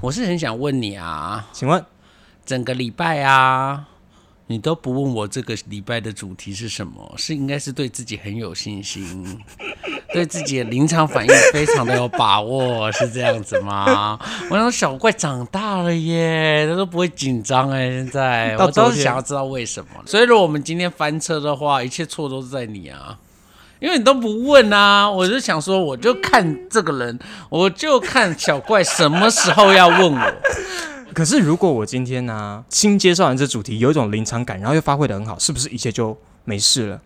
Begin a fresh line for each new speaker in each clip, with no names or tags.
我是很想问你啊，
请问
整个礼拜啊，你都不问我这个礼拜的主题是什么，是应该是对自己很有信心， 对自己的临场反应非常的有把握，是这样子吗？我想小怪长大了耶，他都不会紧张哎，现在我
到
都
昨
是
天
想要知道为什么。所以如果我们今天翻车的话，一切错都是在你啊。因为你都不问啊，我就想说，我就看这个人，我就看小怪什么时候要问我。
可是如果我今天呢、新介绍完这主题，有一种临场感，然后又发挥的很好，是不是一切就没事了？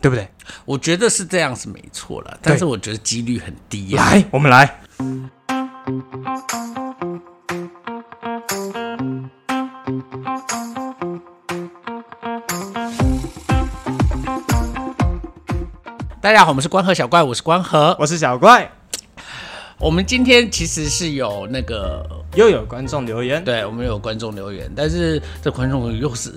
对不对？
我觉得是这样是没错了，但是我觉得几率很低啊呀、
来，我们来。
大家好，我们是关河小怪，我是关河。
我是小怪，
我们今天其实是有那个，
又有观众留言，
对我们有观众留言，但是这观众又是，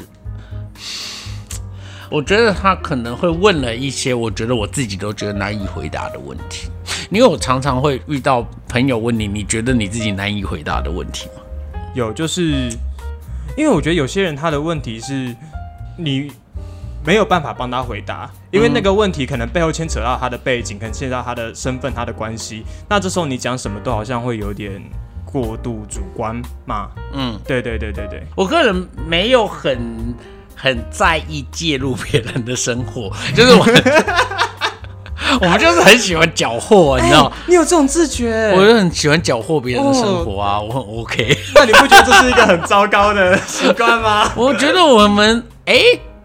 我觉得他可能会问了一些我觉得我自己都觉得难以回答的问题，因为我常常会遇到朋友问你，你觉得你自己难以回答的问题吗？
有就是，因为我觉得有些人他的问题是你没有办法帮他回答，因
嗯
为那个问题可能背后牵扯到他的背景，可能牵扯到他的身份、他的关系。那这时候你讲什么都好像会有点过度主观嘛。
嗯，
对对对对对，
我个人没有很很在意介入别人的生活， 就是我们我们就是很喜欢搅和，你知道。
哎你有这种自觉
我就很喜欢搅和别人的生活啊，我很 OK。
那你不觉得这是一个很糟 糕的习惯吗？
我觉得我们哎、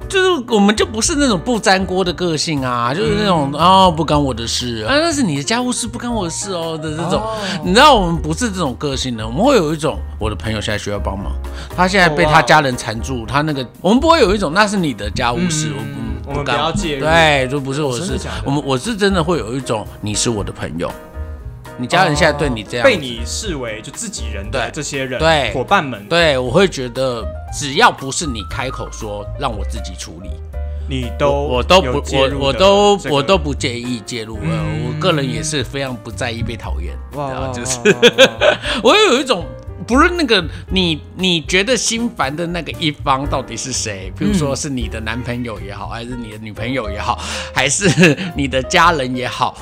就是我们就不是那种不粘锅的个性啊，就是那种、
嗯
哦不干我的事啊，那是你的家务事不干我的事哦的这种。你知道我们不是这种个性的，我们会有一种我的朋友现在需要帮忙，他现在被
哦哇
他家人缠住，他那个我们不会有一种那是你的家务事，我不。
嗯我们
干
不要介入
对，就不是我的
真
事。
的假的
我们我是真的会有一种，你是我的朋友，你家人现在对你这样子，
哦被你视为就自己人的
对
这些人
对
伙伴们，
对，我会觉得只要不是你开口说让我自己处理，
你都
我都不
有介
我
入
我
的
都
这个嗯
我都不介意介入了。我个人也是非常不在意被讨厌，
哇
然
哇
后就是
哇哇哇
我有一种。不论那个你你觉得心烦的那个一方到底是谁，比如说是你的男朋友也好，还是你的女朋友也好，还是你的家人也好，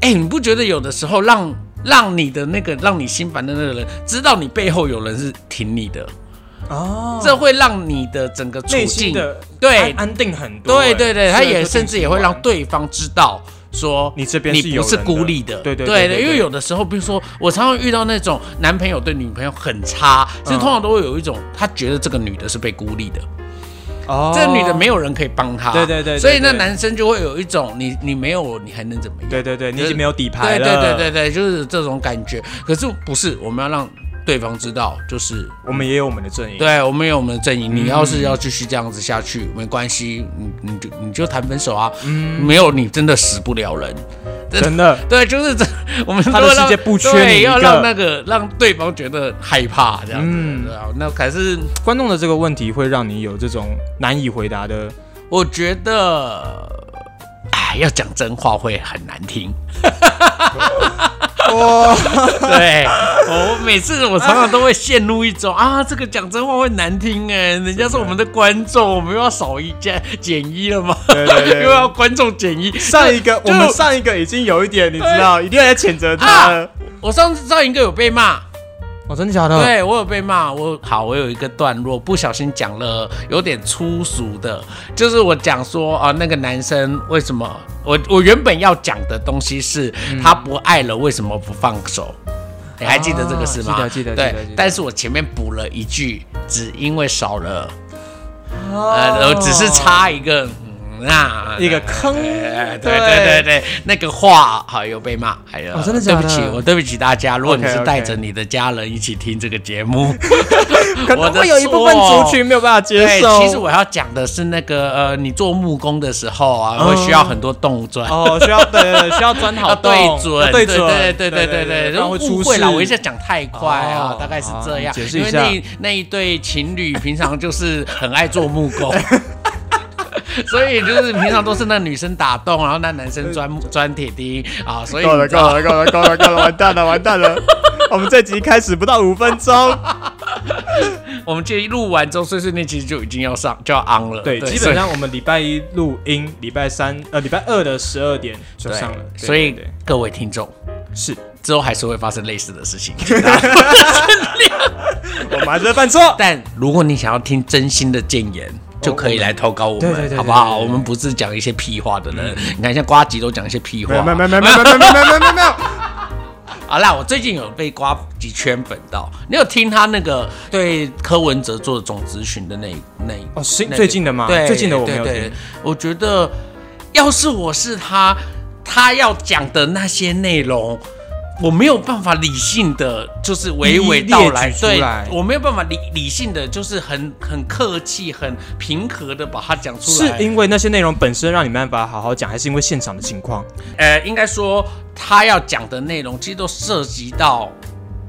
哎、你不觉得有的时候让让你的那个让你心烦的那个人知道你背后有人是挺你的，
哦，
这会让你的整个处
内
境
心的安
对
安定很多欸。
对对对，他
虽然
也
说
甚至也会让
挺
对方知道说
你这边
你
是有
不是
人的
孤立的，
对对
对
对对
因为
对
有的时候，比如说我常常遇到那种男朋友对女朋友很差，
嗯
其实通常都会有一种他觉得这个女的是被孤立的，
喜欢哦，
这个女的没有人可以帮她，
对对对对
所以那
对
男生就会有一种你你没有我你还能怎么样？
对对对，你已
就是
经没有底牌
对
了。
对对对对，就是这种感觉。可是不是我们要让对方知道，就是
我们也有我们的阵营。
对，我们有我们的阵营。
嗯
你要是要继续这样子下去，没关系，你你就你就谈分手啊。
嗯
没有你真的死不了人。
真的，
对，就是这， 我们
他的
都让
世界不缺
对
你一
要
个
让那个让对方觉得害怕这样子。
嗯
对啊，那可是
观众的这个问题会让你有这种难以回答的。
我觉得，哎，要讲真话会很难 听。
哇，
对我每次我常常都会陷入一种啊，这个讲真话会难听哎，人家是我们的观众，我们又要少一加减一了吗？
对对 对
又要观众减一。
上一个
就
我们上一个已经有一点，你知道，一定要来谴责他了。
我上次上一个有被骂，
哦，真的假？
对我有被骂。我好，我有一个段落不小心讲了有点粗俗的，就是我讲说啊、那个男生为什么我我原本要讲的东西是、
嗯
他不爱了，为什么不放手？你还记得这个事吗？
啊记得记得
对
记得记得
但是我前面补了一句，只因为少了，
哦
呃，我只是插一个。嗯那
一个坑
对
对
对对对对，那个话好有被骂，哎呀，
哦真的
对
假的
不起，我对不起大家。如果你是
OK，OK
带着你的家人一起听这个节目，
可
我
能
的
会有一部分
错
族群没有办法接
对，
受。
其实我要讲的是那个呃，你做木工的时候啊，会需要很多动作。
嗯哦，需要对对对，需要钻好
要
洞，
对准，
要对准，
对对对对对，
不然会出
误会
事
啦，我一下讲太快啊
哦，
大概是这
好
样。
解释
因
一
为
下
那一那一对情侣平常就是很爱做木工，所以就是平常都是那女生打洞，然后那男生钻钻铁钉啊，所以
够了，
你知
够
道
了，够了，够了，够了，完蛋了，完蛋了！我们这集开始不到五分钟，
我们这一录完之后，碎碎念其实就已经要上就要 on 了，
对，基
所
本
以
上我们礼拜一录音，礼拜三呃礼拜二的十二点就上了，对
所以
对对
各位听众。
是
之后还是会发生类似的事情，
我们还是在 犯错，
但如果你想要听真心的谏言，就可以来投稿我
哦对对对
们，
对
好不好？
对对
我
对
们不是讲一些屁话的人，你看像瓜吉都讲一些屁
没有
话
没。有没有没有没有没有没有没有没有没有，
好啦，我最近有被瓜吉圈粉到，你有听他那个对柯文哲做总咨询的那那
哦是
那个
最近的吗
对，
最近的我没有
对对
听
我觉得要是我是他，他要讲的那些内容。我没有办法理性的，就是娓娓道来，
一一列举出
对
来
我没有办法理理性的，就是很很客气、很平和的把它讲出
是
来。
因为那些内容本身让你没办法好好讲，还是因为现场的情况？
呃，应该说他要讲的内容，其实都涉及到，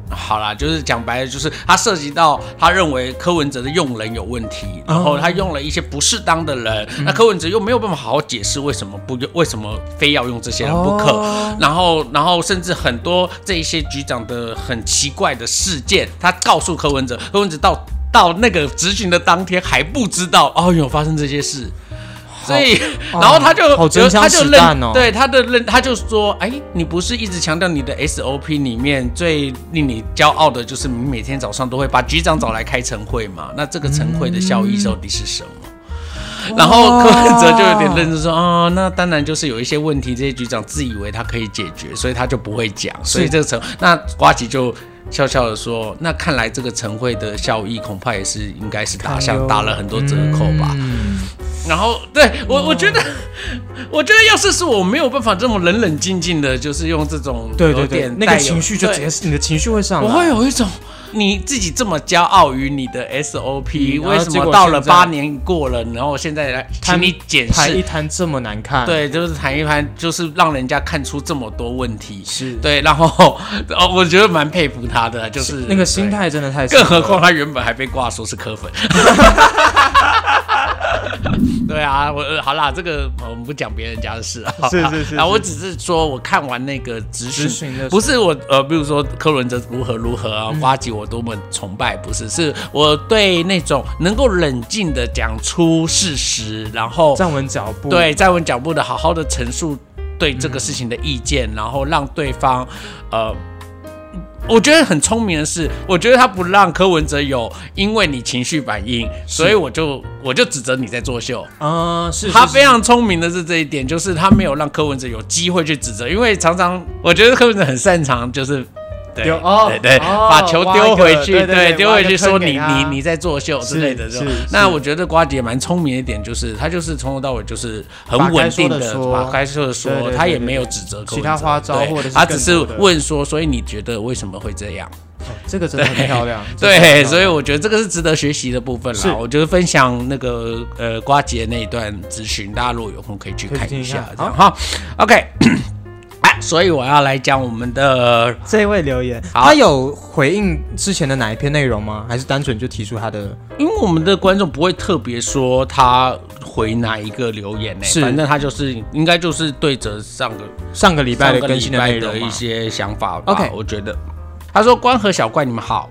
好啦，就是讲白了，就是他涉及到他认为柯文哲的用人有问题，然后他用了一些不适当的人，那柯文哲又没有办法好好解释为什么不用，为什么非要用这些人不可，然后，然后甚至很多这一些局长的很奇怪的事件，他告诉柯文哲，柯文哲到。到那个执行的当天还不知道哦，有发生这些事，所以，
哦
然后他就
好真枪
他就
实
认
弹哦
对他的认，他就说，哎，你不是一直强调你的 SOP 里面最令你骄傲的就是你每天早上都会把局长找来开晨会嘛？那这个晨会的效益到底是什么？
嗯
然后柯文哲就有点认真说，哦，那当然就是有一些问题，这些局长自以为他可以解决，所以他就不会讲，所以这个晨那瓜吉就。笑笑的说：“那看来这个晨会的效益恐怕也是应该是打
哎
下
呦
打了很多折扣吧。
嗯
然后对我，我
哦
觉得，我觉得要是是我没有办法这么冷冷静静的，就是用这种
对对
有
对，
点
那
带
个
有
情绪就直
对
接是你的情绪会上来，
我会有一种你自己这么骄傲于你的 SOP，、
嗯
为
然后
什
结
么
果
到了
现在
八年过了，然后现在来请你检
拍一
视？
摊这么难看，，
对，就是谈一谈，就是让人家看出这么多问题。
是
对，然后哦，我觉得蛮佩服他的，就是
那个心。态真的太
对
深
更
了，
何况他原本还被挂说是科 粉。对啊，我呃好啦，这个我们不讲别人家的事啊。
是是是
啊，我只是说我看完那个资
咨询的时
讯，
候嗯
不是我呃，比如说柯文哲如何如何啊，瓜吉我多么崇拜，不是，是我对那种能够冷静的讲出事实，然后
站稳脚步，
对，站稳脚步的，好好的陈述对这个事情的意见，然后让对方，呃，我觉得很聪明的是，我觉得他不让柯文哲有因为你情绪反应，所以我就我就指责你在作秀。
啊，是
他
是
非常聪明的是这一点，就是他没有让柯文哲有机会去指责，因为常常我觉得柯文哲很擅长就是。对
丢哦
对对，
哦
把球丢回去，
挖一个对对对
丢
挖
回
一个
去说
坑给
你
他
你你在作秀之类的这
是
种
是。
那
是
我觉得瓜姐蛮聪明的一点，就是他就是从头到尾就是很
把该
稳
说
定
的
的
说
把该说的说
对对，对
他也
对
没有
对
指责柯
其
文
他
哲
花招
对
或者是
他只
更
是
多的
问说，所以你觉得为什么会这样？
这个真的很 漂亮，
对，所
以
以我觉得这个是值得学习的部分
是
啦。我觉得分享那个呃瓜姐那一段咨询，大家如果有空可以去
可以
看
听
一
一
下
下，
这样哈。OK，哎，所以我要来讲我们的呃
这位留言，
好
他有回应之前的哪一篇内容吗？还是单纯就提出他的？
因为我们的观众不会特别说他回哪一个留言呢、
是
反正他就是应该就是对着上个
上个礼拜
上
的
个
更新
礼
的内
拜
容
的
吗
一些想法吧。
OK
我觉得他说：“关河小怪，你们好。”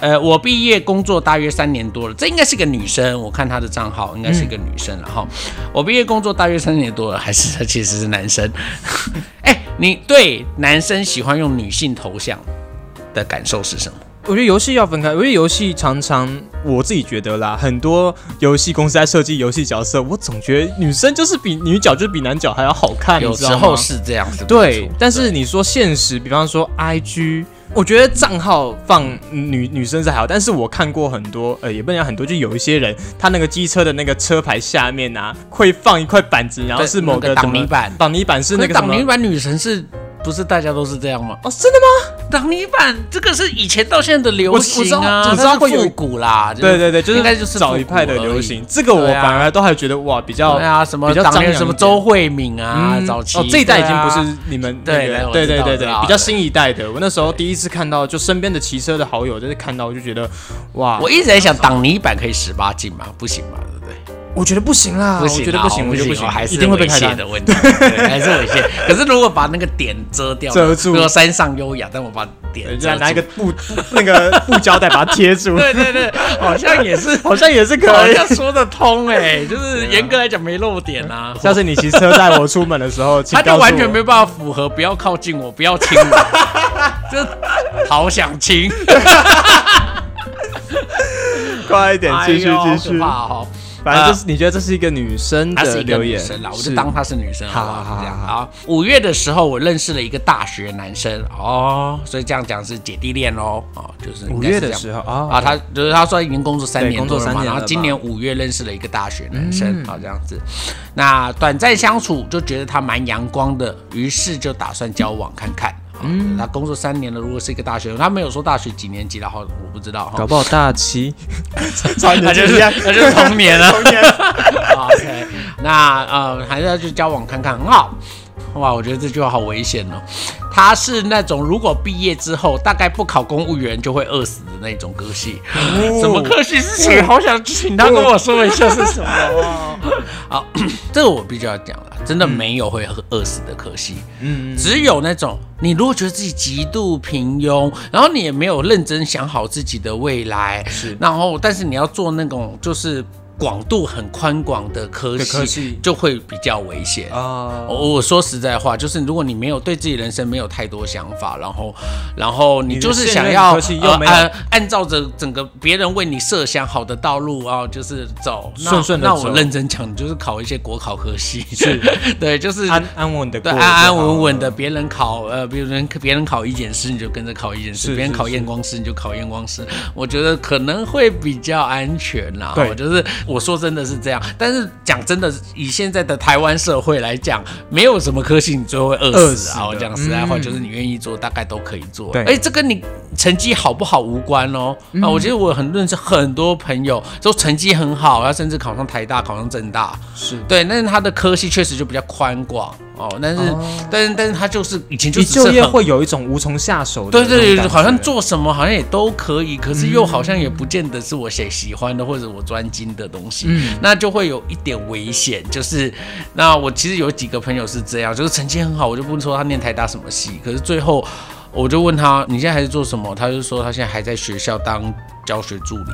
呃，我毕业工作大约三年多了，这应该是个女生。我看她的账号应该是一个女生
嗯
了哈。我毕业工作大约三年多了，还是她其实是男生。 哎、你对男生喜欢用女性头像的感受是什么？
我觉得游戏要分开，我觉得游戏常常我自己觉得啦，很多游戏公司在设计游戏角色，我总觉得女生就是比女角就是比男角还要好看，
有
你知
时
道吗
候是这样子，没
对
错，
但是你说现实，比方说 IG，我觉得账号放女女生是还好，但是我看过很多，呃，也不能讲很多，就有一些人，他那个机车的那个车牌下面啊，会放一块板子，然后
对
是某
那个
个
挡
什么
泥板
挡泥板是那
那
个什
挡泥
么？
板女神是不是大家都是这样吗？
哦，真的吗？
挡泥板这个是以前到现在的流行啊，
我我知道我知
它
道
是
会有
复古啦，就是
对对对，就是
应该就是
早一派的
复古而已
流行，这个我
对啊
反而都还觉得哇，比较
对啊，什么
比较
当
张
年
扬
什么
一点
周慧敏啊，
嗯
早期
哦，这一代已经不
对啊
是你们那
对对
个
我
对
知
对
道
对
知道
对，比较新一代的。我那时候第一次看到，就身边的骑车的好友，就是看到我就觉得哇
啊我，一直在想，挡泥板可以十八禁吗？不行吧，对不对？
我觉得不行啦，
不
我
行
觉得
啊，
不行，我觉得不
哦
行，
还是
一定会被
猥
开
亵
单
的。问题，对还是猥亵。 可是如果把那个点遮掉，
遮住
比如说山上优雅，但我把点
人
遮
家
住，
拿一个布那个布胶带把它贴住，
对对对，好像也 是，
好像也是
好
可以。
像说得通哎、就是严格来讲没漏点啊。
下次你骑车带我出门的时候，请
他就
告诉
完全
我
没办法符合，不要靠近我，不要亲 我，就好想亲。
快一点继续
哎呦
继
好可
续。
怕哦！
反正就是你觉得这是一个女生
她是
的
一个
留
女
言
生啊啦，我
是
就当她是女生好不
好好
好？
好
这样啊。五月的时候，我认识了一个大学男生哦，所以这样讲是姐弟恋喽哦，就是应
五
该是
月
这
的
样
时候啊
啊，他就是他说已经工作三
对
年
工作
多了
三
嘛，
年
然后
了
今
吧嗯
年五月认识了一个大学男生，啊好这样子。那短暂相处就觉得他蛮阳光的，于是就打算交往看看。嗯，他工作三年了，如果是一个大学，他没有说大学几年级然后我不知道哈
搞。不好大七， 差
他就是他就是 童年啊。OK，那呃，还是要去交往看看，很好。哇，我觉得这句话好危险哦。他是那种如果毕业之后大概不考公务员就会饿死的那种科系，什么科系是谁？好想请他跟我说一下是什么 哦。好，这个我必须要讲了，真的没有会饿死的科系。
嗯，
只有那种你如果觉得自己极度平庸，然后你也没有认真想好自己的未来，
是
然后但是你要做那种就是广度很宽广的科
的
系，
科系
就会比较危险。
啊，
我我说实在话，就是如果你没有对自己人生没有太多想法，然后，然后你
的
就是
现
想
任
要
科系又没有
呃按按照着整个别人为你设想好的道路啊，就是走，那
顺顺地
那
走
我认真讲，你就是考一些国考科系，是 对，就是
安安稳的
对，安安稳稳的，别人考呃，别人别人考一检师，你就跟着考一检
是
师；别人
是
考
是
验光师，你就考验光师。我觉得可能会比较安全啦。
对
哦就是我说真的是这样，但是讲真的，以现在的台湾社会来讲，没有什么科系你最后会饿
饿
死
死
啊。
的嗯
我讲实在话，就是你愿意做，大概都可以做。
对嗯
哎，这跟你成绩好不好无关哦。啊，我觉得我很认识很多朋友，都成绩很好，他甚至考上台大，考上政大。
是
对，但是他的科系确实就比较宽广哦，但是、但是但是他就是以前就
你
只是
就业
很
会有一种无从下手的
对
那种感觉，
对对，好像做什么好像也都可以，可是又好像也不见得是我喜喜欢的或者我专精的东
嗯
西，那就会有一点危险。就是那我其实有几个朋友是这样，就是成绩很好，我就不说他念台大什么系，可是最后我就问他你现在还是做什么，他就说他现在还在学校当教学助理，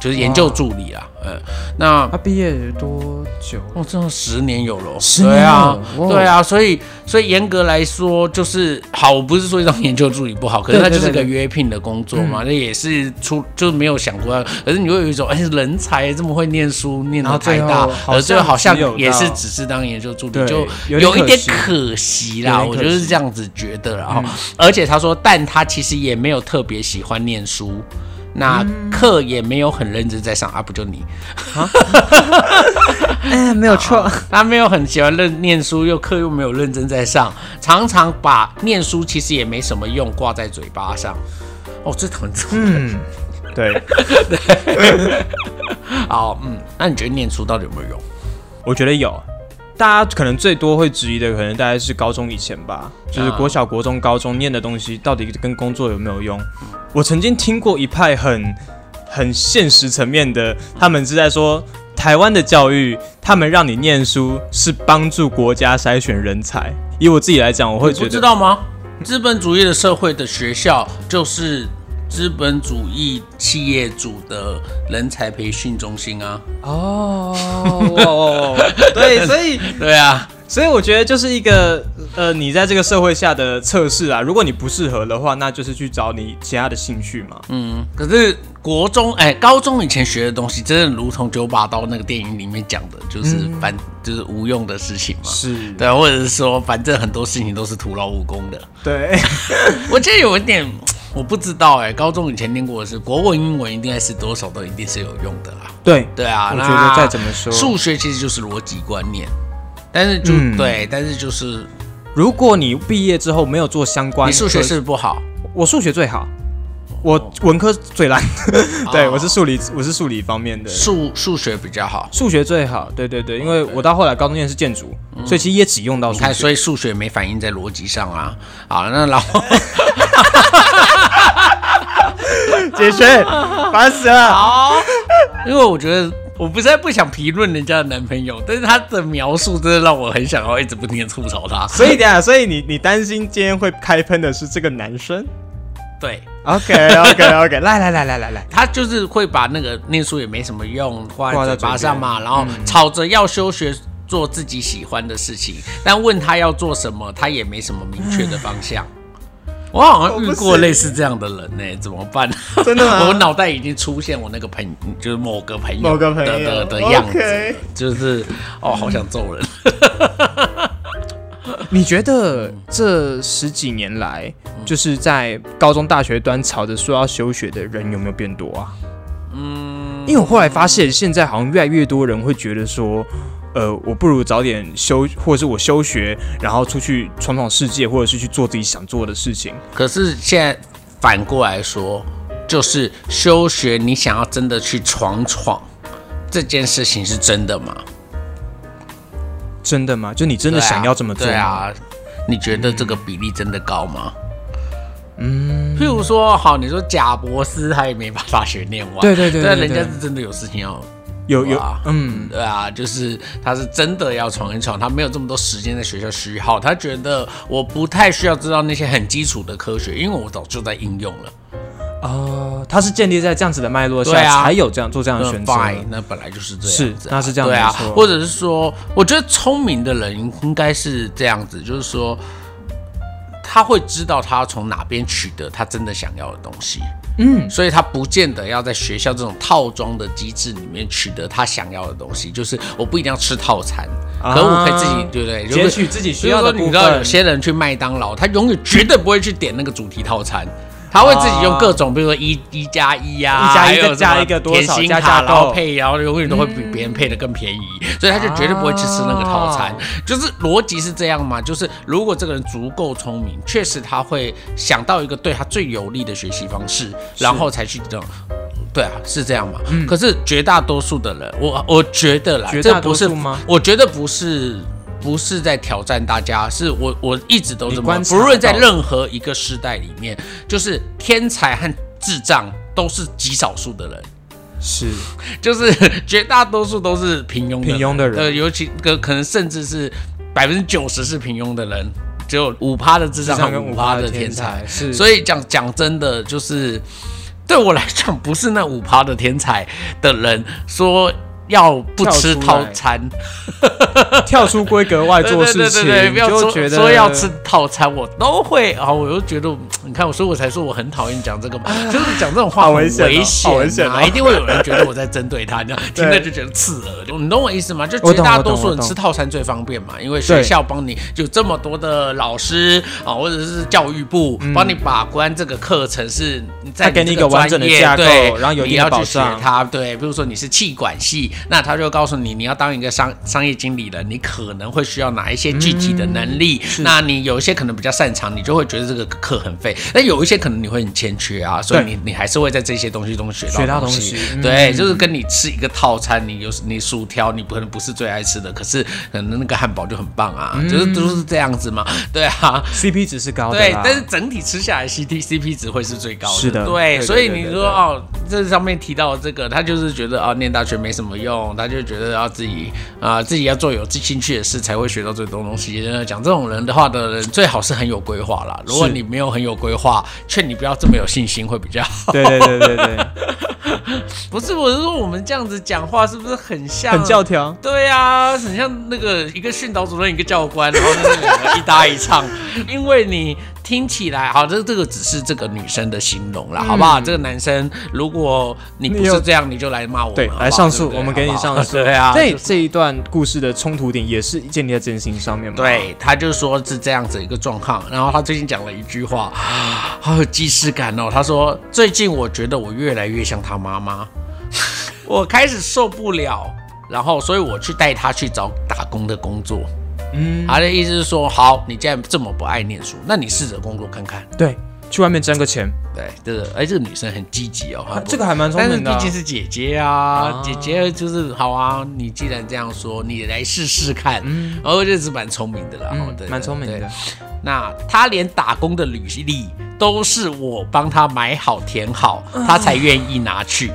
就是研究助理啦，嗯，那
他毕业多久？
哦，这种十年有了哦，
十年
对啊
了，哇
对啊，所以所以严格来说，就是好，我不是说让研究助理不好，可是
对
他
对
就是个
对对嗯
约聘的工作嘛，那也是出就是没有想过要，可是你会有一种哎人才这么会念书，念
然
到
后
太
最
大
后，好
而最后
像
好像
只有
也是
到
只是当研究助理，
对
就
有点
有一
可
点
惜
可惜啦，
有点
我
可
就是
惜嗯
这样子觉得啦，然后而且他说，但他其实也没有特别喜欢念书。那
嗯
课也没有很认真在上啊，不就你？
哎，没有错，
他没有很喜欢认念书，又课又没有认真在上，常常把念书其实也没什么用挂在嘴巴上。哦，这很重
嗯，对，
好，嗯，那你觉得念书到底有没有用？
我觉得有。大家可能最多会质疑的，可能大概是高中以前吧，
啊
就是国小、国中、高中念的东西到底跟工作有没有用？我曾经听过一派很很现实层面的，他们是在说台湾的教育，他们让你念书是帮助国家筛选人才。以我自己来讲，我会
你不
觉
知
得
道吗？资本主义的社会的学校就是资本主义企业主的人才培训中心啊。
哦，哇哇哇哦对，所以
对啊，
所以我觉得就是一个呃，你在这个社会下的测试啊。如果你不适合的话，那就是去找你其他的兴趣嘛。
嗯，可是国中哎、高中以前学的东西，真的如同九把刀那个电影里面讲的，就是反、就是无用的事情嘛。
是，
对，啊或者是说，反正很多事情都是徒劳无功的。
对，
我记得有一点，我不知道哎、高中以前念过的是国文、英文，应该是多少都一定是有用的啦。
对，
对啊，
我
那
觉得再怎么说
数学其实就是逻辑观念，但是就、
嗯
对，但是就是
如果你毕业之后没有做相关，
你数学是不好，
我数学最好，我文科 最烂。对，
哦
我是数理，我是数理方面的。
数数学比较好。
数学最好，对对对，因为我到后来高中念的是建筑，所以其实也只用到
嗯你
数
看，
学。
所以数学没反映在逻辑上啊。好，那然后
解决，烦死了。哦
因为我觉得我不是不想评论人家的男朋友，但是他的描述真的让我很想要一直不停的吐槽他。
所以等一下，所以你你担心今天会开喷的是这个男生
对
？OK OK OK，来来来来来来，
他就是会把那个念书也没什么用挂
挂
在
在
嘴巴上嘛，然后
嗯
吵着要休学。做自己喜欢的事情，但问他要做什么，他也没什么明确的方向。
嗯
我好像遇
我不
过
行
类似这样的人呢、怎么办？
真的 吗
我脑袋已经出现我那个朋就是某个朋友
某个朋友
的的的样子
OK
就是哦，好想揍人。
你觉得这十几年来，
嗯
就是在高中、大学端吵着说要休学的人有没有变多啊？嗯，因为我后来发现，现在好像越来越多人会觉得说，呃，我不如早点休，或者是我休学，然后出去闯闯世界，或者是去做自己想做的事情。
可是现在反过来说，就是休学，你想要真的去闯闯这件事情是真的吗？
真的吗？就你真
真
的想要这么做吗？
对啊，你觉得这个比例真的高吗？嗯，譬如说，好，你说贾博士他也没把大学念完，
对对对对
但
对
人
对
家是真的有事情要。
有有
哇，
嗯，
对啊，就是他是真的要闯一闯，他没有这么多时间在学校虚耗，他觉得我不太需要知道那些很基础的科学，因为我早就在应用了。
哦，它是建立在这样子的脉络下，
对啊
才有这样做这样的
那
选择。
fine，那本来就是这样
是
子啊
那是这样
对啊
没错，
或者是说，我觉得聪明的人应该是这样子，就是说，他会知道他要从哪边取得他真的想要的东西，嗯，所以他不见得要在学校这种套装的机制里面取得他想要的东西，就是我不一定要吃套餐，
啊
可我可以自己，对不对？
截取自己需要的
比如说你
部
知道有
分。
些人去麦当劳，他永远绝对不会去点那个主题套餐。他会自己用各种，比如说一一加一啊，
一加一
还有
再加
什么
一个多
甜
少
心
加嗯
卡
价购
然后配，然后永远都会比别人配的更便宜，所以他就绝对不会去吃那个套餐
哦
啊。
就是逻辑是这样嘛？就是如果这个人足够聪明，确实他会想到一个对他最有利的学习方式，然后才去整。对啊，是这样嘛？
嗯
可是绝大多数的人，我我觉得啦，
绝
这
大
不
多
是
数吗
我觉得不是不是在挑战大家，是我我一直都这
你
么
观，察
不论在
到
任何一个时代里面，就是天才和智障都是极少数的人。
是
就是 绝大多数都是平庸
平庸的人
呃，尤其个可能甚至是百分之九十是平庸的人，只有五趴的智
智
障
商
和
跟
五趴
趴的
的
天
天才
才，。是
所以讲讲真的，就是对我来讲，不是那五趴的天才的人说要不吃套餐，
跳出规格外
对
做
对
事
对
情，
对对，不要
就
说
觉得
说要吃套餐，我都会啊，我又觉得，你看，我所以我才说我很讨厌讲这个嘛，
啊
就是讲这种话
好
很
危险哦
危
好危险
啊，
哦
一定会有人觉得我在针对他，你知 道，听了就觉得刺耳，你懂我意思吗？就
我懂
绝大多
我懂
数
我
人
懂
吃套餐最方便嘛，因为学校帮你就这么多的老师啊，或者是教育部帮你把关这个课程是你在
嗯他给你
你
一
这
个完
专
整的
业
架构
对
然后有一
你
定
要
的保
去学
障
他对，比如说你是气管系，那他就告诉你，你要当一个商商业经理人，你可能会需要哪一些具体的能
嗯
力。那你有一些可能比较擅长，你就会觉得这个课很废；但有一些可能你会很欠缺啊，所以
对
你你还是会在这些东西中学
学
到
到
东
东
西
西。嗯
对，就是跟你吃一个套餐，你有你薯条，你不可能不是最爱吃的，可是可能那个汉堡就很棒啊，
嗯
就是都是这样子嘛。对啊，
CP 值是高的
对，
啦，
但是整体吃下来，C T C P 值会是最高的。
是的
对，
对
所以
对对
你
对
说
对
哦，这上面提到的这个，他就是觉得哦，念大学没什么用，他就觉得要自己啊、自己要做有自己兴趣的事才会学到最多东西。呃讲这种人的话的人，最好是很有规划啦。如果
是
你没有很有规划，劝你不要这么有信心会比较好。
对对对 对对，
不是，我是说我们这样子讲话是不是很像？
很教条。
对啊，很像那个一个训导主任，一个教官，然后那个两个一搭一唱，因为你听起来好，这这个只是这个女生的形容啦，好不好？这个男生，如果你不
嗯你
是
有
这样，你就来骂我们，
对
好不好
来上
对
诉
不对
我们给你
好不好
上诉
对啊，
对这一段故事的冲突点也是建立在真心上面嘛？，
对，他就说是这样子一个状况。然后他最近讲了一句话，啊好有既视感哦。他说：“最近我觉得我越来越像他妈妈， 我开始受不了，然后所以我去带他去找打工的工作。”嗯，他的意思是说，好，你既然这么不爱念书，那你试着工作看看。
对，去外面挣个钱，
对，这个，哎，这个女生很积极哦，她
啊
不
这个还蛮聪
但是
明
毕
的啊。
竟是姐姐啊，姐姐就是好啊。你既然这样说，你来试试看。然后这是蛮聪明的啦，哦
嗯
对，
蛮聪明
对
的，
那他连打工的履历都是我帮他买好填好，他才愿意拿去。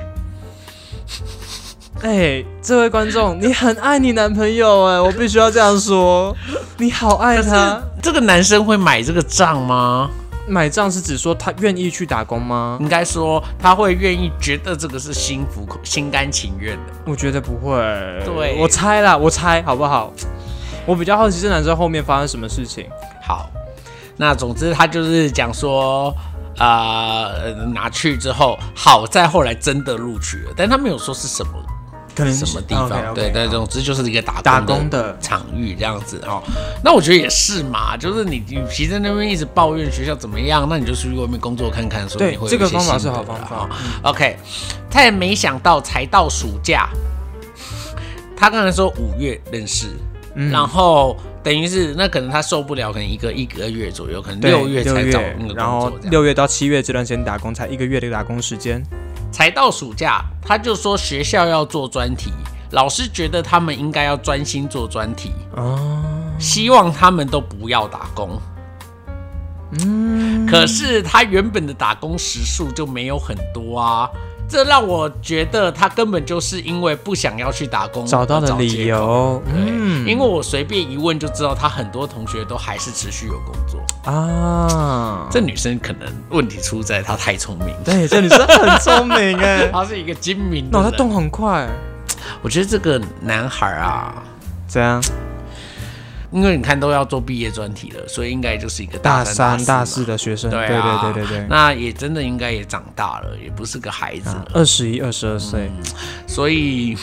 哎、这位观众，你很爱你男朋友 哎、我必须要这样说，你好爱
嗯
他。
这个男生会买这个账吗？
买账是指说他愿意去打工吗？
应该说他会愿意觉得这个是心服口心甘情愿的。
我觉得不会。
对
我猜啦，我猜好不好？我比较好奇这男生后面发生什么事情。
好，那总之他就是讲说，呃，呃拿去之后，好在后来真的录取了，但他没有说是什么
可能
什么地方，对，但总之就是一个打
打
工
工的
场域这样子哦。那我觉得也是嘛，就是你与其在那边一直抱怨学校怎么样，那你就出去外面工作看看，说
对
你会有
这个
一些
方法
心
是好
得
方
啦
法嗯
哦 OK，他也没想到才到暑假，他刚才说五月认识，
嗯
然后。等于是那可能他受不了，可能一个一个月左右，可能
对
六月才
六
找那个
然
工
后
作，这样
六月到七月这段时间打工，才一个月的打工时间。
才到暑假，他就说学校要做专题，老师觉得他们应该要专心做专题，
哦，
希望他们都不要打工。嗯，可是他原本的打工时数就没有很多啊，这让我觉得他根本就是因为不想要去打工
找到
而
了理
借口。
由，
对，
嗯
因为我随便一问就知道，他很多同学都还是持续有工作。
嗯啊，
这女生可能问题出在她太聪明，，
对，这女生很聪明 哎
她是一个精明的
脑
人。
袋动很快，
我觉得这个男孩啊，
怎样？
因为你看都要做毕业专题了，所以应该就是一个
大
三
三、大
四嘛
四的学生，
对
对
啊，
对对对对，
那也真的应该也长大了，也不是个孩子了，
二十一、二十二岁，
嗯所以，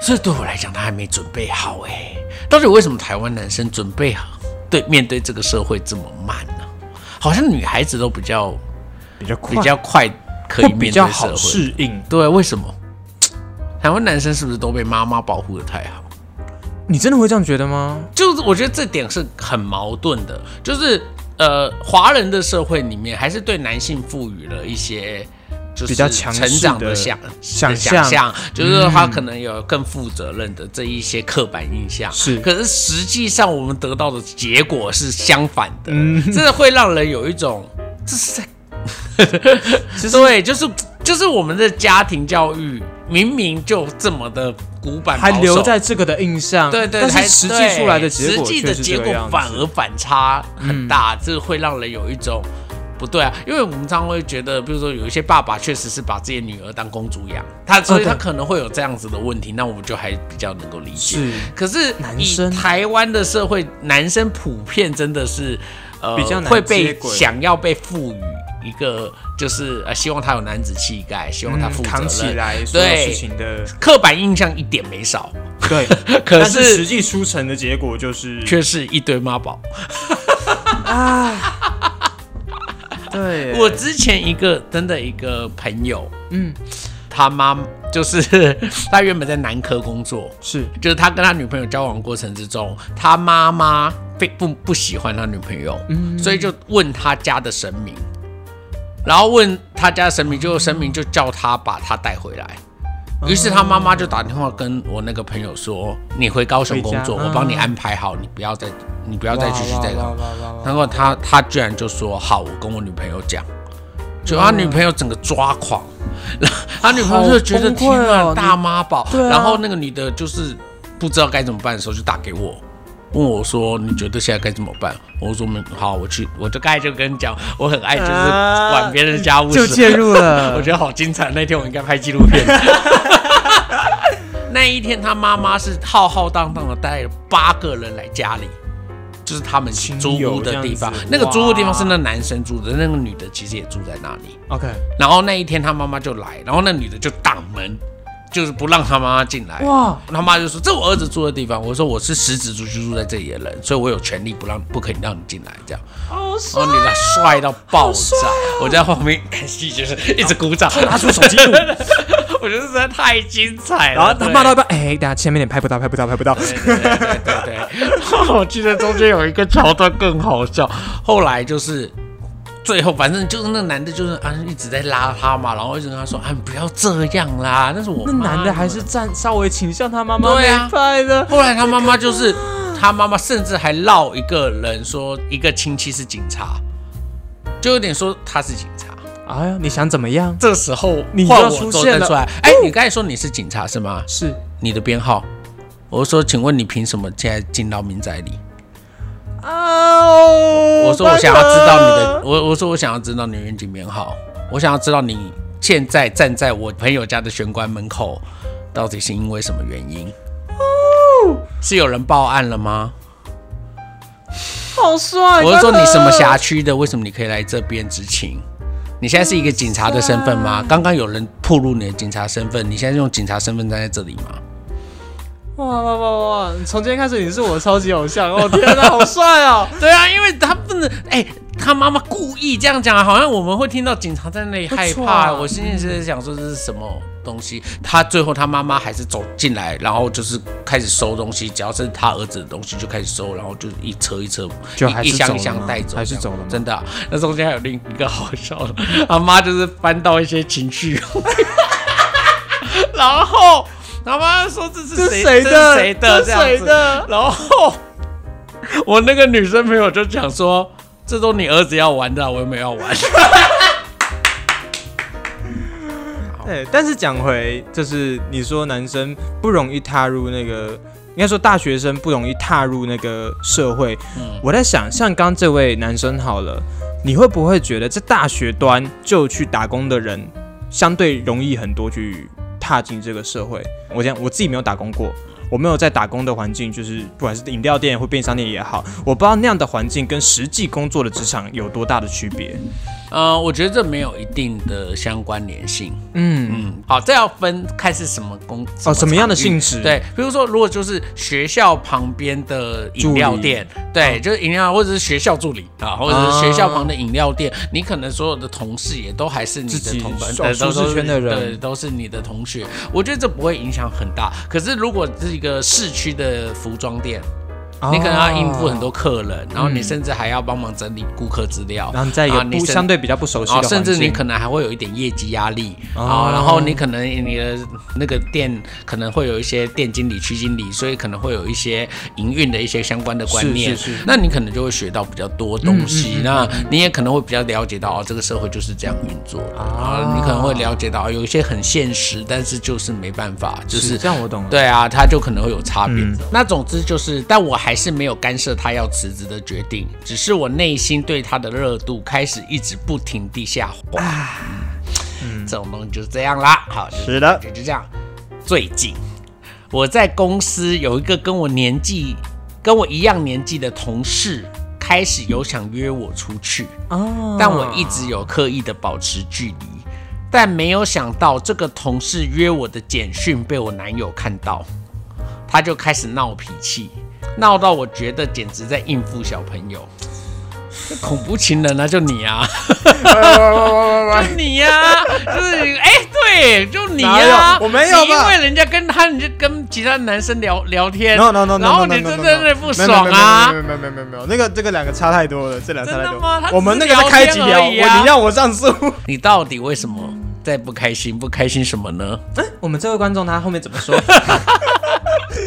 所以对我来讲，他还没准备好哎、到底为什么台湾男生准备好对面对这个社会这么慢呢、好像女孩子都比较
比较快
比较快可以
比
面对
较
社
好
会，
适应。
对，为什么？ 台湾男生是不是都被妈妈保护的太好？
你真的会这样觉得吗？
就是我觉得这点是很矛盾的，就是呃，华人的社会里面还是对男性赋予了一些。就是
比较强势
成长的
的
想
想
想
象
象，就是说他可能有更负责任的这一些刻板印象。
是
可是实际上我们得到的结果是相反的，
嗯
这会让人有一种这是 在对，就是就是我们的家庭教育明明就这么的古板，
还
保守
留在这个的印 象，
对对，
但
还
是实际出来的结果
实际
却
的
是
结
这个
果
样子嗯
反而反差很大，这会让人有一种不对啊，因为我们常常会觉得，比如说有一些爸爸确实是把自己的女儿当公主养，他所以
对
他可能会有这样子的问题，那我们就还比较能够理解。
是
可是
男
以
生
台湾的社会，男生普遍真的是呃
比较难
会被
接轨
想要被赋予一个就是呃希望他有男子气概，希望他负
嗯扛
责
起
任，
来所有事
对
情的，
刻板印象一点没 少，
对，
可
但是
是
实际出成的结果就是，
却是一堆妈宝。
啊，对，
我之前一个真的一个朋友，
嗯
他妈就是 他原本在南科工作，
是
就是他跟他女朋友交往过程之中，他妈妈非不不喜欢他女朋友，所以就问他家的神明，然后问他家的神明，就神明就叫他把他带回来。于是他妈妈就打电话跟我那个朋友说：“你回高雄工作，
回家
我帮你
嗯
安排好，你不要再，你不要
要
再继续再搞。”然后他他居然就说好，我跟我女朋友讲，就他女朋友整个抓狂，然后 他女朋友就觉得
好崩溃
天啊
哦
大妈宝，
对啊
然后那个女的就是不知道该怎么办的时候就打给我。问我说：“你觉得现在该怎么办？”我说：“没好，我去。”我就刚才就跟你讲，我很爱就是
啊
管别人的家务事，
就介入了，
我觉得好精彩。那天我应该拍纪录片。 那一天，他妈妈是浩浩荡荡的带了八个人来家里，就是他们
亲
租
友
屋的地方
这样子。
那个租屋地方
哇
是那男生住的，那个女的其实也住在那里。
OK，
然后那一天，他妈妈就来，然后那女的就挡门，就是不让他妈妈进来。
哇，
他妈就说：“这我儿子住的地方。”我说：“我是实质住居住在这里的人，所以我有权利不让不可以让你进来。”这样，
好啊
然后女的帅到爆炸，我在旁边看戏就是 一直鼓掌，
啊
拿出手机录，
我觉得实在太精彩了。
然后他
对
骂到一半，哎，等下前面点拍不到，拍不到，拍不到，
对对对对 对，我记得中间有一个桥段更好笑，后来就是。最后，反正就是那男的，就是啊一直在拉他嘛，然后一直跟他说：“啊，你不要这样啦，那是我。”
那男的还是站稍微倾向他妈妈
对啊
那一派的，
后来他妈妈就是，他妈妈甚至还绕一个人说，一个亲戚是警察，就有点说他是警察。
哎呀，你想怎么样？
这时候
你
换
要
我
出
周
现
登
了
出来。哎、你刚才说你是警察是吗？
是
你的编号？我说，请问你凭什么现在进到民宅里？
啊，
我
我
说我想要知道你的，我我说我想要知道你的远景编号，我想要知道你现在站在我朋友家的玄关门口，到底是因为什么原因？是有人报案了
哦
吗？
好帅。
我是说
真的
你什么辖区的？为什么你可以来这边执勤？你现在是一个警察的身份
嗯
吗？刚刚有人暴露你的警察身份，你现在用警察身份站在这里吗？
哇哇哇哇！哇从今天开始你是我的超级偶像哦！天哪，好帅哦！
对啊，因为他不能，哎、他妈妈故意这样讲，好像我们会听到警察在那里害
不错
怕。
啊
我心里是在想说这是什么东西。他最后他妈妈还是走进来，然后就是开始收东西，只要是他儿子的东西就开始收，然后就一车一车，
就还
一
是
一箱一
走了
箱
吗
带走，
还是走了吗
真的啊、那中间还有另一个好笑的，他妈就是翻到一些情 绪。然后他妈说这是
这
谁
是谁
这
的？
是谁的
这
这
是
样
谁
子
的？
然后我那个女生朋友就讲说：“这都你儿子要玩的啊，我又没有要玩。
哎
对，但是讲回就是你说男生不容易踏入那个，应该说大学生不容易踏入那个社会。
嗯
我在想，像刚这位男生好了，你会不会觉得在大学端就去打工的人，相对容易很多去踏进这个社会？我讲我自己没有打工过。我没有在打工的环境，就是不管是饮料店或便利商店也好，我不知道那样的环境跟实际工作的职场有多大的区别。”嗯
呃，我觉得这没有一定的相关联性。
嗯，
嗯，好，这要分看是什么工
哦，什么样的
性。
性质？，
对，比如说，如果就是学校旁边的饮料店，
嗯
对，就是饮料或者是学校助理啊，或者是学校旁的饮料店，你可能所有的同事也都还是你
自
的
己
同本，
熟
对都
舒适
都是
圈的人
对，都是你的同学。我觉得这不会影响很大。可是如果是一个市区的服装店，
哦
你可能要应付很多，客人，然后你甚至还要帮忙整理顾客资料，
然后你在一
啊
个
你
不
甚
相对比较不熟悉
哦
的，
甚至
环境
你可能还会有一点业绩压力
哦
啊、然后你可能你的那个店可能会有一些店经理、区经理，所以可能会有一些营运的一些相关的观
是
念，
是是嗯
那你可能就会学到比较多东西，那你也可能会比较了解到哦，这个社会就是这样运作的啊，你可能会了解到、哦、有一些很现实，但是就是没办法，就是
是这样，我懂了。嗯
对啊，他就可能会有差别。那总之就是，但我还是没有干涉他要辞职的决定，只是我内心对他的热度开始一直不停地下滑。嗯，这种东西就是这样啦。好，就是的，就这样。最近我在公司有一个跟我年纪跟我一样年纪的同事，开始有想约我出去。
哦
但我一直有刻意的保持距离，但没有想到这个同事约我的简讯被我男友看到，他就开始闹脾气，闹到我觉得简直在应付小朋友。这恐怖情人啊，就你啊， 就你呀、就是哎、对，就你
哪
呀、
有我没有
你因
吧
为人家跟他，你就跟其他男生聊聊天
no no no no，
然后
no, no,
你
no,
就
no,
在
no.
那里不爽啊
没有没有没有没有没有，那个这个两个差太多了，这两个差太
真的吗他
多。
只
我们那个
是
在开集
聊天
聊，
而
我
已啊
你让我上诉。
你到底为什么在不开心？不开心什么呢？
我们这位观众他后面怎 么说？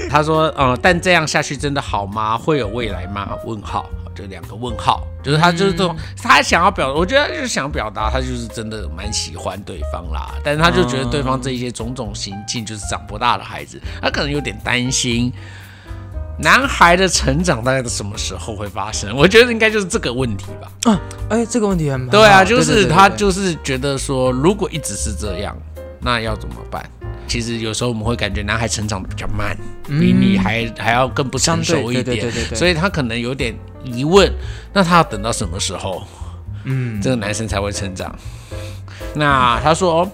他说，嗯，但这样下去真的好吗？会有未来吗？问号，就两个问号，就是他就是这种，他想要表，我觉得他就是想表达，他就是真的蛮喜欢对方啦，但是他就觉得对方这一些种种行径就是长不大的孩子，他可能有点担心。男孩的成长大概在什么时候会发生？我觉得应该就是这个问题吧。
哎，这个问题很
对啊，
好
就是
对
他
对
就是觉得说，如果一直是这样，那要怎么办？其实有时候我们会感觉男孩成长的比较慢，比女孩还要更不成熟一
嗯相对对对
点
对对，对
所以他可能有点疑问，那他要等到什么时候，
嗯，
这个男生才会成长？那他说、 哦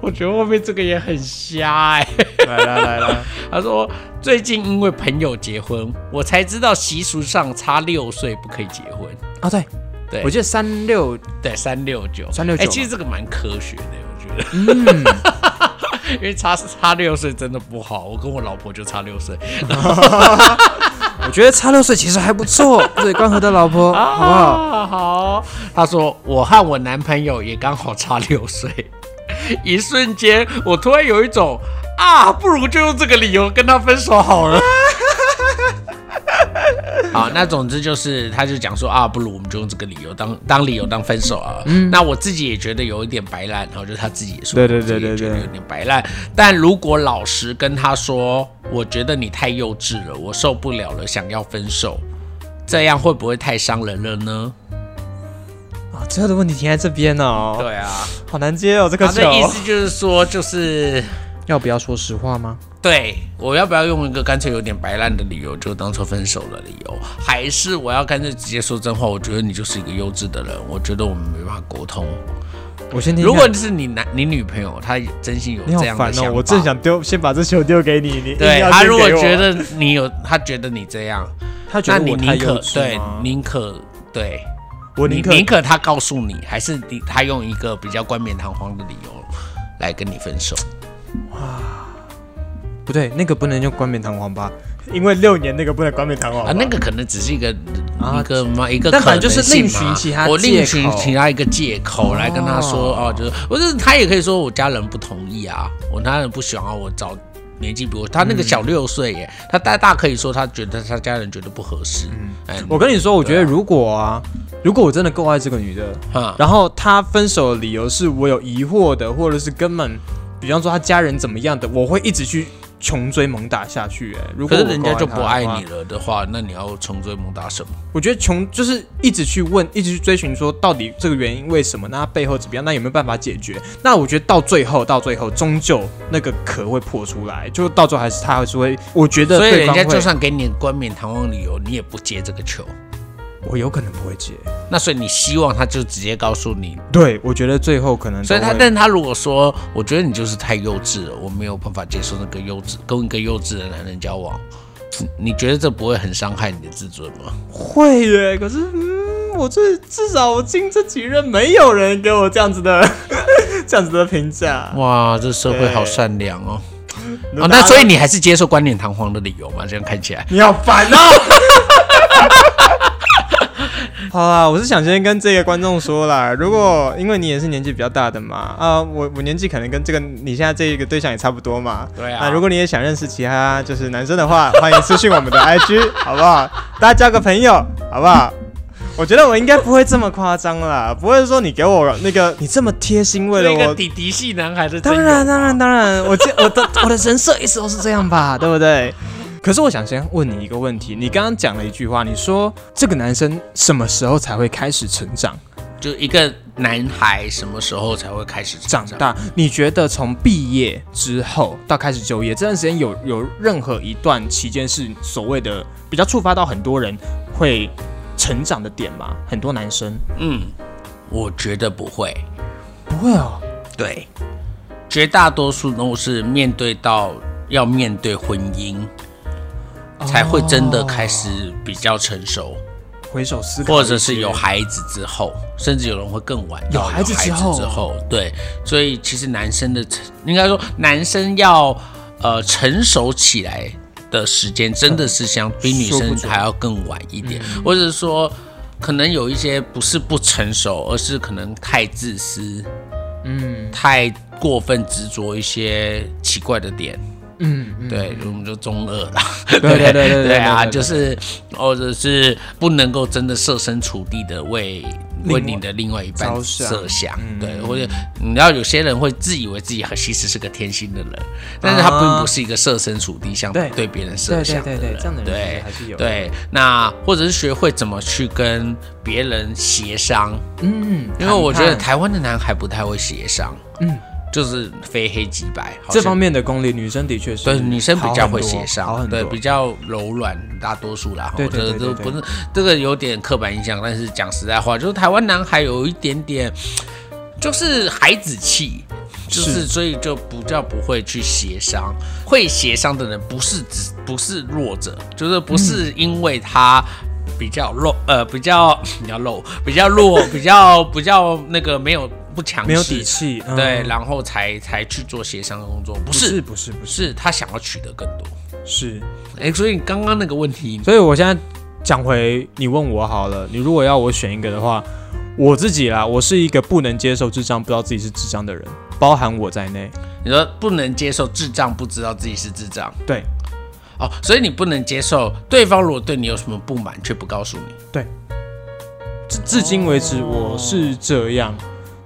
我觉得后面这个也很瞎哎、
来来来来，
他说最近因为朋友结婚，我才知道习俗上差六岁不可以结婚。
啊，
哎对
对我记得三六
对，三六九，嗯
369
哎，其实这个蛮科学的，我觉得。 因为差差六岁真的不好，我跟我老婆就差六岁，
我觉得差六岁其实还 不错，对，关河的老婆，好不好？
啊 好，她说我和我男朋友也刚好差六岁， 一瞬间我突然有一种啊，不如就用这个理由跟他分手好了。 好，那总之就是，他就讲说啊，不如我们就用这个理由当当理由当分手啊。那我自己也觉得有一点白烂，然后就是他自己也说，
嗯对对
我自己
对
也
对
觉得
对
有点白烂。但如果老实跟他说，我觉得你太幼稚了，我受不了了，想要分手，这样会不会太伤人了呢？
啊，最后的问题停在这边哦，
对啊，
好难接哦，这个
他
球。
的意思就是说，就是
要不要说实话吗？
对，我要不要用一个干脆有点白烂的理由，就当做分手的理由，还是我要干脆直接说真话？我觉得你就是一个幼稚的人，我觉得我们没办法沟通。
我先听
如
听看。
果是你男你女朋友，她真心有
你好
这样的
烦
想法，
哦！我正想丢，先把这球丢给你，你硬
对
要
她
先
如果
给我
觉得你有，她觉得你这样，
他觉
那
得
你
我
宁
太幼
可
稚
对
吗？
宁可对，
我
你
宁可
宁可她告诉你，还是你她用一个比较冠冕堂皇的理由来跟你分手？
不对，那个不能用冠冕堂皇 吧？
因为六年那个不能冠冕堂皇吧
啊，那个可能只是一个
啊
一个嘛，一个
但
可
反
能
正就是
性
另
嘛
寻其他
我另
借
寻
口
其他一个借口来跟他说哦，就是我是他也可以说我家人不同意啊，我家人不喜欢我找年纪比我他那个小六岁耶，他大大可以说他觉得他家人觉得不合适，哎，
嗯我跟你说，我觉得如果啊，如果我真的够爱这个女的，
哈
然后她分手的理由是我有疑惑的，或者是根本，比方说她家人怎么样的，我会一直去穷追猛打下去、哎，如
可
果
是
我
人家
够
就
她
不
的
爱
话
你了的话，那你要穷追猛打什么？
我觉得穷就是一直去问，一直去追寻，说到底这个原因为什么？那它背后怎么样？那有没有办法解决？那我觉得到最后，到最后，终究那个壳会破出来，就到最后还是他还是会，我觉得
所以
对
人
方
家就
会，
算给你冠冕堂皇理由，你也不接这个球。
我有可能不会接。
那所以你希望他就直接告诉你，
对，我觉得最后可能都
所
会，
以他，但他如果说，我觉得你就是太幼稚了，我没有办法接受那个幼稚，跟一个幼稚的男人交往，你你觉得这不会很伤害你的自尊吗？
会耶，可是嗯，我这至少我进这几任没有人给我这样子的这样子的评价。
哇，这社会好善良哦！
那
哦，那所以你还是接受冠冕堂皇的理由嘛？这样看起来，
你好烦哦！
好啦，我是想先跟这个观众说啦，如果因为你也是年纪比较大的嘛，啊、我我年纪可能跟这个你现在这个对象也差不多嘛，
对
啊，如果你也想认识其他就是男生的话，欢迎私信我们的 IG，好不好？大家交个朋友，好不好？我觉得我应该不会这么夸张啦，不会说你给我那个你这么贴心为了我
弟弟系男孩的
当然，当然，当然，我这 我的我的人设一直都是这样吧，对不对？可是我想先问你一个问题，你刚刚讲了一句话，你说这个男生什么时候才会开始成长、
就一个男孩什么时候才会开始
长？大？你觉得从毕业之后到开始就业这段时间有，有任何一段期间是所谓的比较触发到很多人会成长的点吗？很多男生
嗯，我觉得不会。
不会哦，
对，绝大多数都是面对到要面对婚姻，才会真的开始比较成熟，
回首思考一些，
或者是有孩子之后，甚至有人会更晚到
有孩子之
之
后
后，对，所以其实男生的成，应该说男生要呃成熟起来的时间，真的是相比女
说
生
不准嗯
还要更晚一点，或者是说。可能有一些不是不成熟，而是可能太自私，
嗯
太过分执着一些奇怪的点，
嗯嗯，
对，我们就中二啦，
对对对对对
对啊，
对对
就是或者是不能够真的设身处地的为
另
为
外
你的另外一
着
半
想嗯
设想，对，或者你知道有些人会自以为自己很其实是个天心的人，但是他
啊
并不是一个设身处地想
对
对别人设
对对
想的
对对，这样的人其
对
实还是有，
对，那或者是学会怎么去跟别人协商，
嗯，
因为我觉
谈
得
判
台湾的男孩不太会协商，
嗯，
就是非黑即白好像
这方面的功力，女生的确是
对女生比较会协
嗯好
商，
很多
对比较柔软，大多数啦。
对
我觉
对
得
对
这
对
不是这个有点刻板印象，但是讲实在话，就是台湾男孩有一点点就是孩子气。就是，
是
所以就不叫不会去协商。会协商的人不是只不是弱者，就是不是因为他比较弱，
嗯
呃，比较 比较弱，比较弱， 比较比较那个没有不强势，
没有底气，嗯
对，，然后才才去做协商的工作，不
不
是
是不是不是
是他想要取得更多。
是，
哎、所以刚刚那个问题，
所以我现在讲回你问我好了，你如果要我选一个的话，我自己啦，我是一个不能接受智障，不知道自己是智障的人，包含我在内，
你说不能接受智障不知道自己是智障，
对，
哦，所以你不能接受对方如果对你有什么不满却不告诉你。
至至今为止我是这样。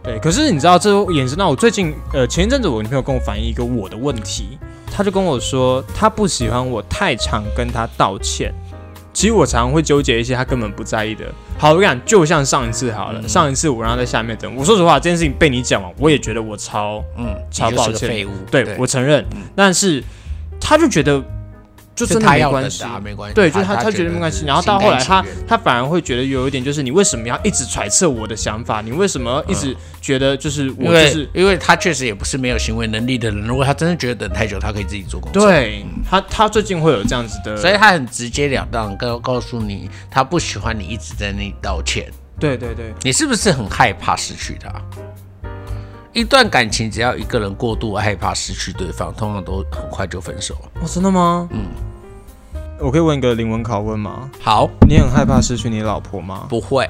对，可是你知道，这衍生到我最近，呃，前一阵子我女朋友跟我反映一个我的问题，她就跟我说，她不喜欢我太常跟她道歉。其实我常常会纠结一些她根本不在意的。好，我跟你讲，就像上一次好了，上一次我让她在下面等我。说实话，这件事情被你讲完，我也觉得我超，
嗯，
超
你就是
抱
个
歉
废物。
对我承认，但是她就觉得就真
是
的
他
没
要
关
的
系，
答，没关系。
对，就是他，
他
他觉得没关系。然后到后来他，他反而会觉得有一点，就是你为什么要一直揣测我的想法？你为什么一直觉得就是
嗯因
我就
为、
是
因为他确实也不是没有行为能力的人，如果他真的觉得等太久，他可以自己做工作。
对他，他最近会有这样子的，
嗯所以他很直截了当告告诉你，他不喜欢你一直在那里道歉。
对对对，
你是不是很害怕失去他？一段感情只要一个人过度害怕失去对方，通常都很快就分手。
哦，真的吗？
我可以问一个灵魂拷问吗？
好，
你很害怕失去你老婆吗？
不会，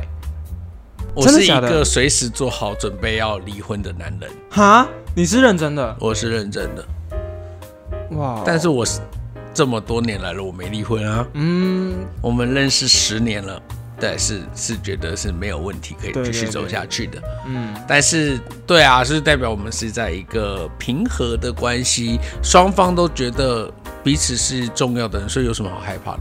我
真的
是一
假的
个随时做好准备要离婚的男人，
哈，你是认真的
我是认真的。
哇？
但是我是这么多年来了，我没离婚啊。
嗯，
我们认识十年了，对，是是觉得是没有问题可以
对
继续
对
走
对
下去的。
嗯，
但是对啊，是代表我们是在一个平和的关系，双方都觉得彼此是重要的人，所以有什么好害怕的？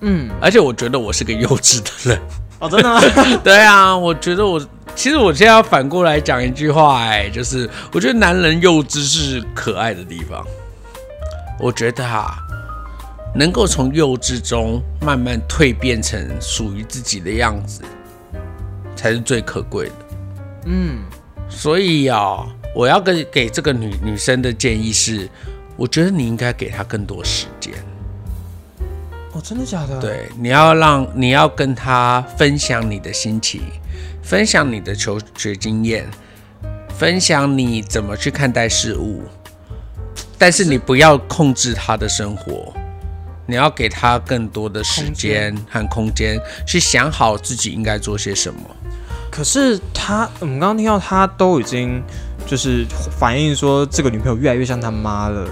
嗯，
而且我觉得我是个幼稚的人。
哦，真的吗？
对啊，我觉得我其实我现在要反过来讲一句话、哎，就是我觉得男人幼稚是可爱的地方。我觉得啊，能够从幼稚中慢慢蜕变成属于自己的样子，才是最可贵的。
嗯，
所以啊、我要跟给这个女女生的建议是，我觉得你应该给她更多时间。
哦，真的假的？，
对，你要让你要跟他分享你的心情，分享你的求学经验，分享你怎么去看待事物，但是你不要控制他的生活，你要给他更多的时间和空间，去想好自己应该做些什么。
可是他，我们刚刚听到他都已经就是反映说这个女朋友越来越像他妈了。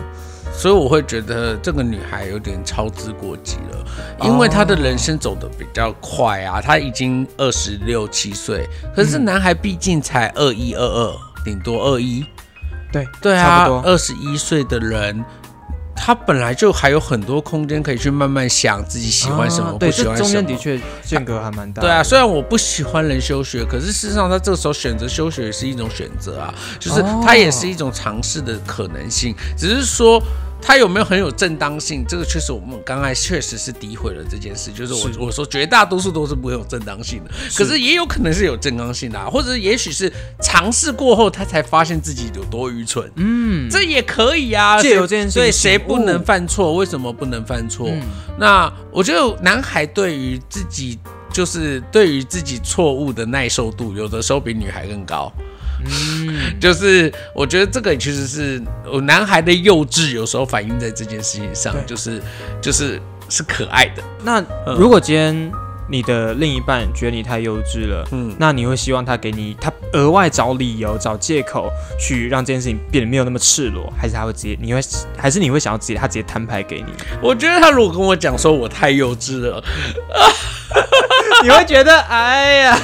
所以我会觉得这个女孩有点操之过急了，因为她的人生走得比较快啊，她已经二十六七岁，可是男孩毕竟才二一二二，顶多二一，
对
对
差
啊
不，多。
二十一岁的人。他本来就还有很多空间可以去慢慢想自己喜欢什么，
啊
不
对，
喜
这
欢什
中
么。
间的确间隔还蛮大。
对啊，，虽然我不喜欢人休学，可是事实上他这个时候选择休学也是一种选择啊，就是
哦
他也是一种尝试的可能性，只是说。他有没有很有正当性？这个确实，我们刚才确实是诋毁了这件事。就是我
是
我说，绝大多数都是没有正当性的，可是也有可能是有正当性的、啊，或者也许是尝试过后，他才发现自己有多愚蠢。嗯，这也可以啊。
借由这件事情
对谁不能
哦嗯
犯错？为什么不能犯错？那我觉得男孩对于自己就是对于自己错误的耐受度，有的时候比女孩更高。
嗯
就是我觉得这个其实是我男孩的幼稚，有时候反映在这件事情上，
对
就是就是是可爱的。
那如果今天你的另一半觉得你太幼稚了，
嗯
嗯，那你会希望他给你他额外找理由、找借口去让这件事情变得没有那么赤裸，还是他会直接你会还是你会想要直接他直接摊牌给你？
我觉得他如果跟我讲说我太幼稚了，
你会觉得哎 呀，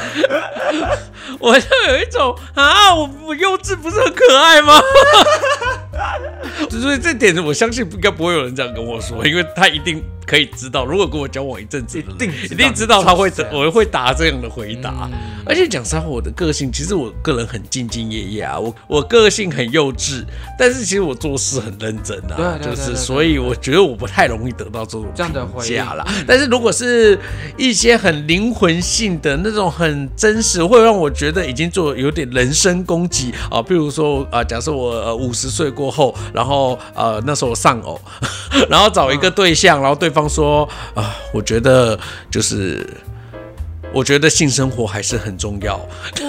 我就有一种啊，我我幼稚不是很可爱吗？ 所以这点我相信应该不会有人这样跟我说，因为他一定可以知道，如果跟我交往一阵子的人，
一定知
一
道
定知道他会
就是这
我会答这样嗯的回答。而且讲实话，我的个性其实我个人很兢兢业业啊，我我个性很幼稚，但是其实我做事很认真啊，
对对对
就是
对对
所以我觉得我不太容易得到这种
这样的回
评
应
价啦。但是如果是一些很灵魂性的那种很真实，会让我觉得已经做有点人身攻击啊，譬如说啊、呃假设我呃五十岁过后，然后呃那时候我丧偶， 然后找一个对象，
嗯
然后对方说啊、我觉得就是。我觉得性生活还是很重要，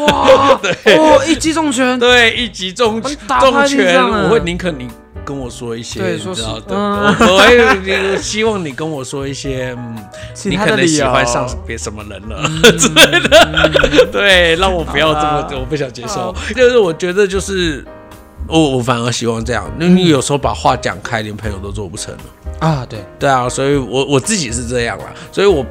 哇，哦，一击中拳，
对一击中
打
中
趴地
拳，
上啊
我会宁可你跟我说一些，
对
你知
说是
道的，
嗯
我会希望你跟我说一些，嗯，
其
你
他
可
的
能
理
喜
由
欢上别什么人了 之类的，对，让我不要这
好
么
啦，
我不想接受。就是我觉得就是我我反而希望这样，因为有时候把话讲开，连朋友都做不成了。
啊，对，
对啊，所以我我自己是这样啦，所以我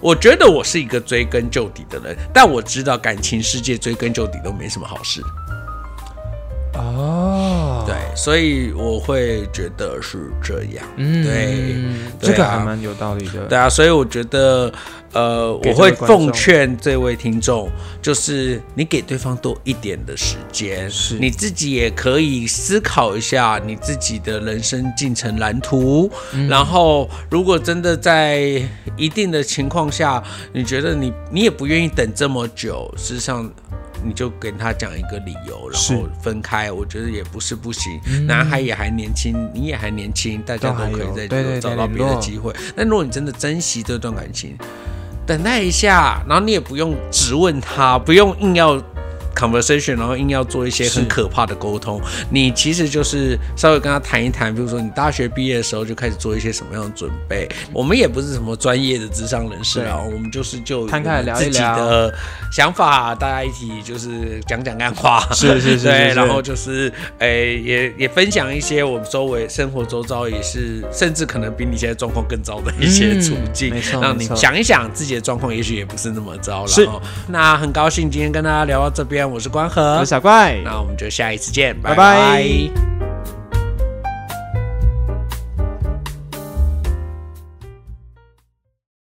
我觉得我是一个追根究底的人，但我知道感情世界追根究底都没什么好事。
哦，
对，所以我会觉得是这样。
嗯
对，对
这个
啊
还蛮有道理的。
对啊，所以我觉得，呃，
给
我
这位
会
观众
奉劝这位听众，就是你给对方多一点的时间，
是
你自己也可以思考一下你自己的人生进程蓝图。
嗯
然后，如果真的在一定的情况下，你觉得你你也不愿意等这么久，事实上。你就跟他讲一个理由，然
是
后分开，我觉得也不是不行。
嗯
男孩也还年轻，你也还年轻，大家都
都还
可以
有
再
对对
找
对
到
联
别的
络
机会。但如果你真的珍惜这段感情，等待一下，然后你也不用质问他，不用硬要 conversation，然后硬要做一些
是
很可怕的沟通。你其实就是稍微跟他谈一谈，比如说你大学毕业的时候就开始做一些什么样的准备。我们也不是什么专业的智商人士啊，我们就是就
摊开来
我们
聊一
自己
聊
的想法，大家一起就是讲讲干话。
是是是 是
对，
是
然后就是，诶、也也分享一些我们周围生活周遭也是，甚至可能比你现在状况更糟的一些
嗯
处境，
没错
让你
没错
想一想自己的状况，也许也不是那么糟了。
是
哦，那很高兴今天跟大家聊到这边，我是关
我
和
是，小怪，
那我们就下一次见，
啊拜拜
拜